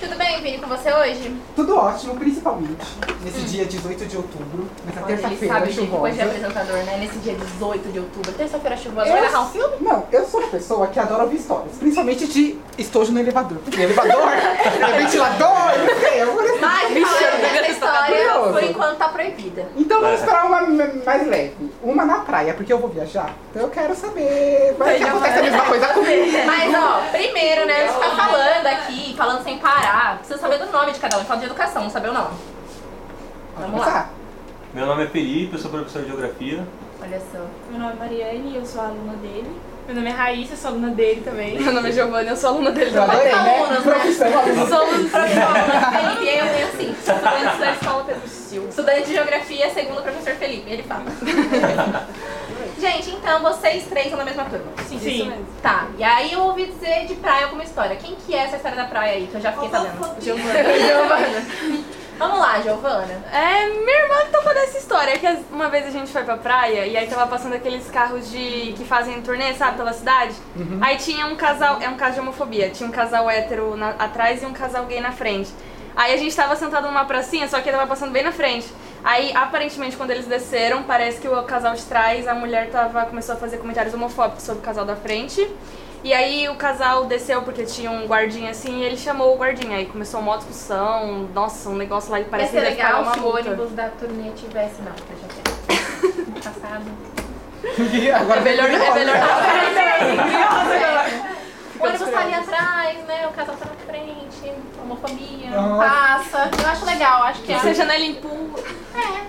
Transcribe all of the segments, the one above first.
Tudo bem, Vini, com você hoje? Tudo ótimo, principalmente nesse dia 18 de outubro, nessa Olha, ele É terça-feira sabe que depois de chuvosa. apresentador, né? Nesse dia 18 de outubro, terça-feira chuvosa, Eu- vai narrar um filme? Não, eu sou uma pessoa que adora ouvir histórias, principalmente de estojo no elevador. Porque elevador, é ventilador, eu sei, eu vou nesse- Mas falando dessa história, curioso. por enquanto, tá proibida. Então vamos para uma m- mais leve. Uma na praia, porque eu vou viajar. Então eu quero saber. Vai que Seja acontece a mais- mesma coisa comigo. Mas, ó, primeiro, né, a gente tá falando aqui, falando sem parar. Precisa saber do nome de cada um, fala de educação, não saber o nome. Vamos lá. começar? Meu nome é Felipe, eu sou professor de Geografia. Olha só. Meu nome é Mariane e eu sou aluna dele. Meu nome é Raíssa, eu sou aluna dele também. Meu nome é Giovanna, eu sou aluna dele Eu adorei, né? alunos, Profissão. Sou aluna do Felipe, eu eu, assim, Estudante da escola Pedro Silva. Estudante de geografia, segundo o professor Felipe, ele fala. Gente, então vocês três são da mesma turma. Sim, Sim. isso mesmo. Tá, e aí eu ouvi dizer de praia alguma história. Quem que é essa história da praia aí? Que eu já fiquei sabendo. Giovanna. Vamos lá, Giovana. É, minha irmã que topou dessa história, que as- uma vez a gente foi pra praia e aí tava passando aqueles carros de que fazem turnê, sabe, pela cidade. Uhum. Aí tinha um casal, é um caso de homofobia, tinha um casal hétero na- atrás e um casal gay na frente. Aí a gente tava sentado numa pracinha, só que tava passando bem na frente. Aí, aparentemente, quando eles desceram, parece que o casal de trás, a mulher tava, começou a fazer comentários homofóbicos sobre o casal da frente. E aí o casal desceu porque tinha um guardinha assim e ele chamou o guardinha. Aí começou uma discussão, nossa, um negócio lá que parece Ia ser que deve pagar legal uma se o multa. ônibus da turnê tivesse. Não, eu já tenho. Passado. Agora É melhor, é melhor não. O ônibus tá ali atrás, né? O casal tá na frente. Homofobia. não Nossa. Passa. Eu acho legal, acho que Que é. seja janela empurra. É,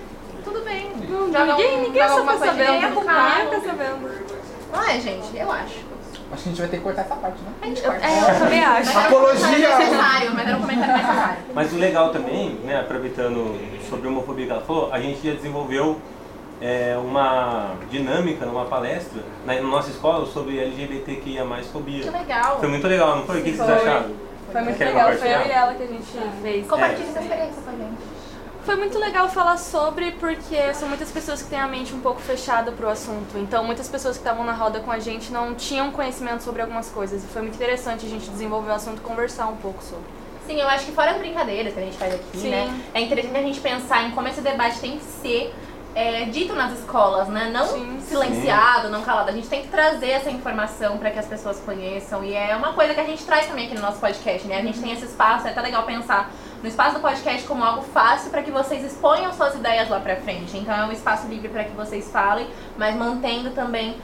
tudo bem. Joga Ninguém, um- ninguém joga só alguma tá coisa é sabendo. direita, Ninguém carro. tá sabendo. Não é, gente? Eu acho. Acho que a gente vai ter que cortar essa parte, né? A gente corta. É, eu também acho. Mas era um comentário Apologia. necessário, mas era um comentário necessário. Mas o legal também, né, aproveitando sobre a homofobia que ela falou, a gente já desenvolveu é, uma dinâmica numa palestra na, na nossa escola sobre LGBTQIA+, Que fobia. legal. Foi muito legal, não foi? O que vocês Foi. acharam? Foi muito Quer legal, foi eu compartilhar? e ela que a gente fez. Compartilha essa experiência com a gente. Foi muito legal falar sobre porque são muitas pessoas que têm a mente um pouco fechada pro assunto. Então, muitas pessoas que estavam na roda com a gente não tinham conhecimento sobre algumas coisas. E foi muito interessante a gente desenvolver o assunto e conversar um pouco sobre. Sim, eu acho que fora as brincadeiras que a gente faz aqui, Sim. né? É interessante a gente pensar em como esse debate tem que ser é, dito nas escolas, né? Não Sim. silenciado, não calado. A gente tem que trazer essa informação para que as pessoas conheçam. E é uma coisa que a gente traz também aqui no nosso podcast, né? A Uhum. gente tem esse espaço, é até legal pensar no espaço do podcast como algo fácil para que vocês exponham suas ideias lá pra frente. Então é um espaço livre para que vocês falem, mas mantendo também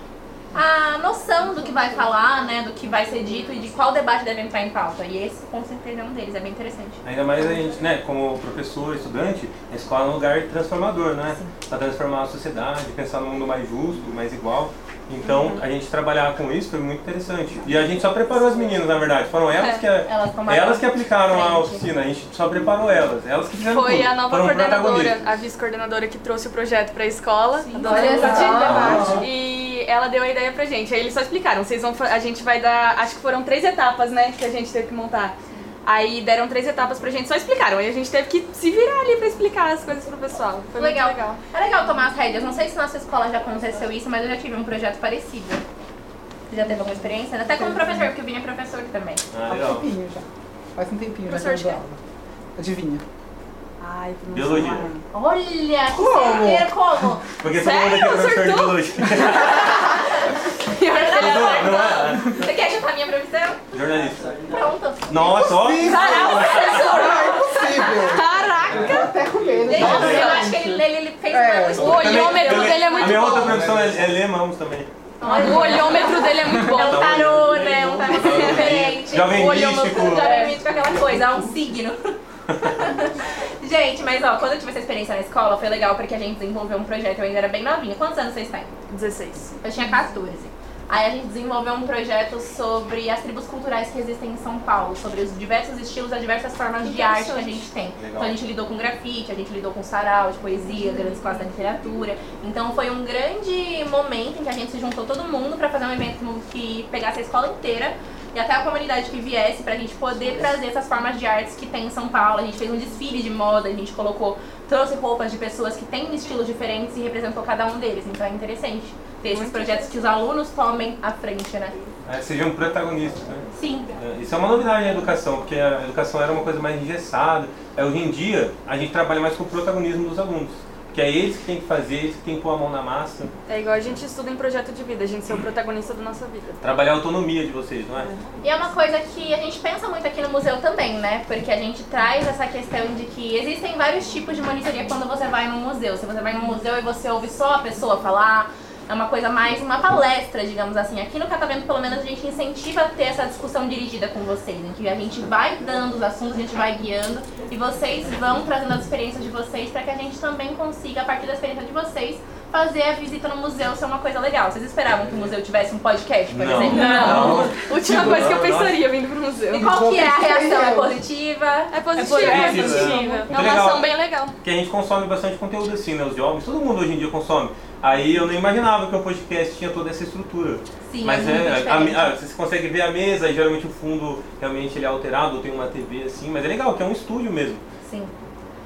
a noção do que vai falar, né, do que vai ser dito e de qual debate deve entrar em pauta. E esse, com certeza, é um deles, é bem interessante. Ainda mais a gente, né, como professor, estudante, a escola é um lugar transformador, né? Para transformar a sociedade, pensar num mundo mais justo, mais igual. Então, a gente trabalhar com isso foi muito interessante. E a gente só preparou as meninas, na verdade. Foram elas que Elas estão mais Elas que aplicaram a frente. oficina, a gente só preparou elas. Elas que fizeram Foi tudo. a nova Foram coordenadora, protagonistas. a vice-coordenadora que trouxe o projeto pra escola, a dona Olha Lute, só. debate, E ela deu a ideia pra gente. Aí eles só explicaram, vocês vão fa- a gente vai dar, acho que foram três etapas, né, que a gente teve que montar. Aí deram três etapas pra gente, só explicaram. Aí a gente teve que se virar ali pra explicar as coisas pro pessoal. Foi legal. muito legal. É legal tomar as rédeas. Não sei se na sua escola já aconteceu isso, mas eu já tive um projeto parecido. Você já teve alguma experiência? Até como professor, porque o Vini é professor também. Ah, Faz um legal. tempinho já. Faz um tempinho já que Professor eu de dou quê? aula. Adivinha. Ai, que Biologia. Olha, que Como? certeiro, como? Porque todo mundo aqui é professor de biologia. Não, não é? Você quer chutar minha previsão? Jornalista. Pronto. Nossa, ó. Ah, é impossível. Caraca! Tô até com medo. Gente, gente. eu acho que ele, ele, ele fez É. uma O estudo. olhômetro Também- dele é A muito minha outra bom. profissão é, é ler mãos também. Tá O olhômetro dele é muito É um bom. tarô, né? Um tarô diferente. Jovem Olhou no místico. fundo, Já É. permite com aquela coisa, há um signo. gente, mas ó, quando eu tive essa experiência na escola, foi legal porque a gente desenvolveu um projeto, eu ainda era bem novinha. Quantos anos vocês têm? 16. Eu tinha 14. Aí a gente desenvolveu um projeto sobre as tribos culturais que existem em São Paulo, sobre os diversos estilos, as diversas formas de arte que a gente tem. Legal. Então a gente lidou com grafite, a gente lidou com sarau de poesia, grandes classes da literatura. Então foi um grande momento em que a gente se juntou todo mundo pra fazer um evento que pegasse a escola inteira. E e até a comunidade que viesse pra gente poder trazer essas formas de artes que tem em São Paulo. A gente fez um desfile de moda, a gente colocou, trouxe roupas de pessoas que têm estilos diferentes e representou cada um deles. Então é interessante ter esses projetos que os alunos tomem à frente, né? É, sejam protagonistas, né? Sim. É, Isso é uma novidade na educação, porque a educação era uma coisa mais engessada. É, Hoje em dia, a gente trabalha mais com o protagonismo dos alunos, que é eles que têm que fazer, eles que têm que pôr a mão na massa, É igual a gente estuda em projeto de vida, a gente ser o protagonista da nossa vida. trabalhar a autonomia de vocês, não é? E é uma coisa que a gente pensa muito aqui no museu também, né? Porque a gente traz essa questão de que existem vários tipos de monitoria quando você vai num museu. Se você vai num museu e você ouve só a pessoa falar, é uma coisa mais uma palestra, digamos assim. Aqui no Catavento, pelo menos, a gente incentiva a ter essa discussão dirigida com vocês, em que a gente vai dando os assuntos, a gente vai guiando e vocês vão trazendo as experiências de vocês para que a gente também consiga, a partir da experiência de vocês, fazer a visita no museu ser uma coisa legal. Vocês esperavam que o museu tivesse um podcast, por Não. exemplo? Não. Última coisa que eu Não, pensaria vindo pro E museu. qual que é a reação? É positiva? É positivo, É é positivo. positivo. É uma Legal. ação bem legal. Porque a gente consome bastante conteúdo assim, né? Os jovens, todo mundo hoje em dia consome. Aí eu não imaginava que o podcast tinha toda essa estrutura. Sim, Mas é muito é, a, diferente. a- você consegue ver a mesa, aí geralmente o fundo realmente ele é alterado, ou tem uma TV assim, mas é legal, que é um estúdio mesmo. Sim.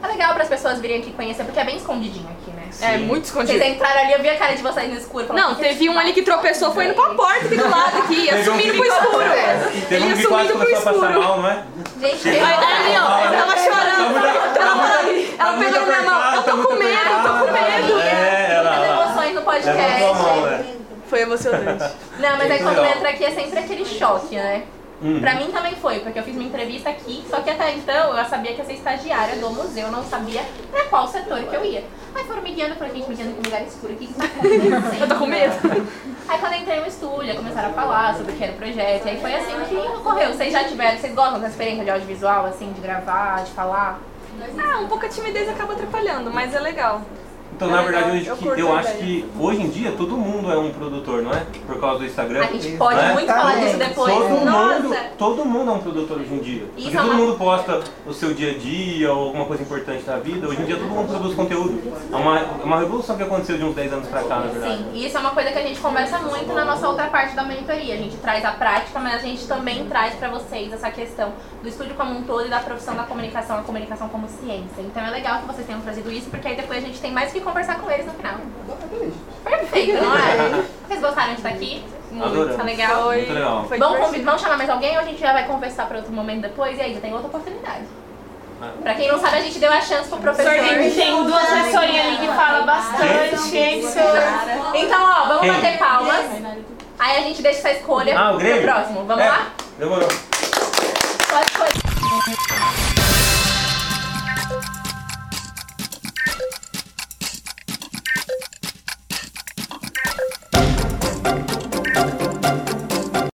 É legal para as pessoas virem aqui conhecer, porque é bem escondidinho aqui, né? É Sim. muito Vocês escondido. entraram ali, eu vi a cara de vocês no escuro. falando, Não, "O que que teve um faz?" ali que tropeçou, foi indo pra porta aqui do lado aqui, ia Teve um sumindo que- pro escuro. Teve um Ele que quase sumindo pro começou a passar escuro. mal, não é? Gente, Aí, aí, ali, ó, ela tava chorando, ela tava- ela muito pegou na minha mão, eu apertado, tá tô muito com medo, eu tô com apertado. medo. É, ela- muitas emoções no podcast. Levantou a mão, né? Foi emocionante. Não, mas aí Que quando legal. entra aqui é sempre aquele choque, né? Hum. Pra mim também foi, porque eu fiz uma entrevista aqui, só que até então eu sabia que ia ser estagiária do museu, eu não sabia pra qual setor que eu ia. Aí foram me guiando, eu falei, gente, me guiando pra um lugar escuro, o que que tá acontecendo? Eu tô com medo. Aí quando eu entrei no estúdio, aí começaram a falar sobre o que era o projeto, e aí foi assim que ocorreu. Vocês já tiveram, vocês gostam da experiência de audiovisual, assim, de gravar, de falar? Ah, um pouco a timidez acaba atrapalhando, mas é legal. Então, É na legal, verdade, hoje eu que- eu, curto a acho ideia. que hoje em dia todo mundo é um produtor, não é? Por causa do Instagram. A gente pode É, muito falar disso exatamente. depois. todo, Nossa! mundo, todo mundo é um produtor hoje em dia. Isso Porque é uma- todo mundo posta o seu dia a dia ou alguma coisa importante na vida. Hoje em dia todo mundo produz conteúdo. É uma, é uma revolução que aconteceu de uns 10 anos pra cá, na verdade. Sim, e isso é uma coisa que a gente conversa muito na nossa outra parte da mentoria. A gente traz a prática, mas a gente também traz pra vocês essa questão do estúdio como um todo e da profissão da comunicação, a comunicação como ciência. Então é legal que vocês tenham trazido isso, porque aí depois a gente tem mais o que conversar com eles no final. Perfeito, não é? Vocês gostaram de estar aqui? Adoramos. tá legal. Foi, Muito legal. Vamos, foi divertido. convid- vamos chamar mais alguém ou a gente já vai conversar para outro momento depois? E aí, já tem outra oportunidade. Ah. Pra quem não sabe, a gente deu a chance pro professor. Sorvete tem duas assessorinhas ali que fala bastante, hein, senhor? Então, ó, vamos Quem? bater palmas. Aí a gente deixa essa escolha Ah, o Grêmio? pro próximo. Vamos É, lá? Demorou.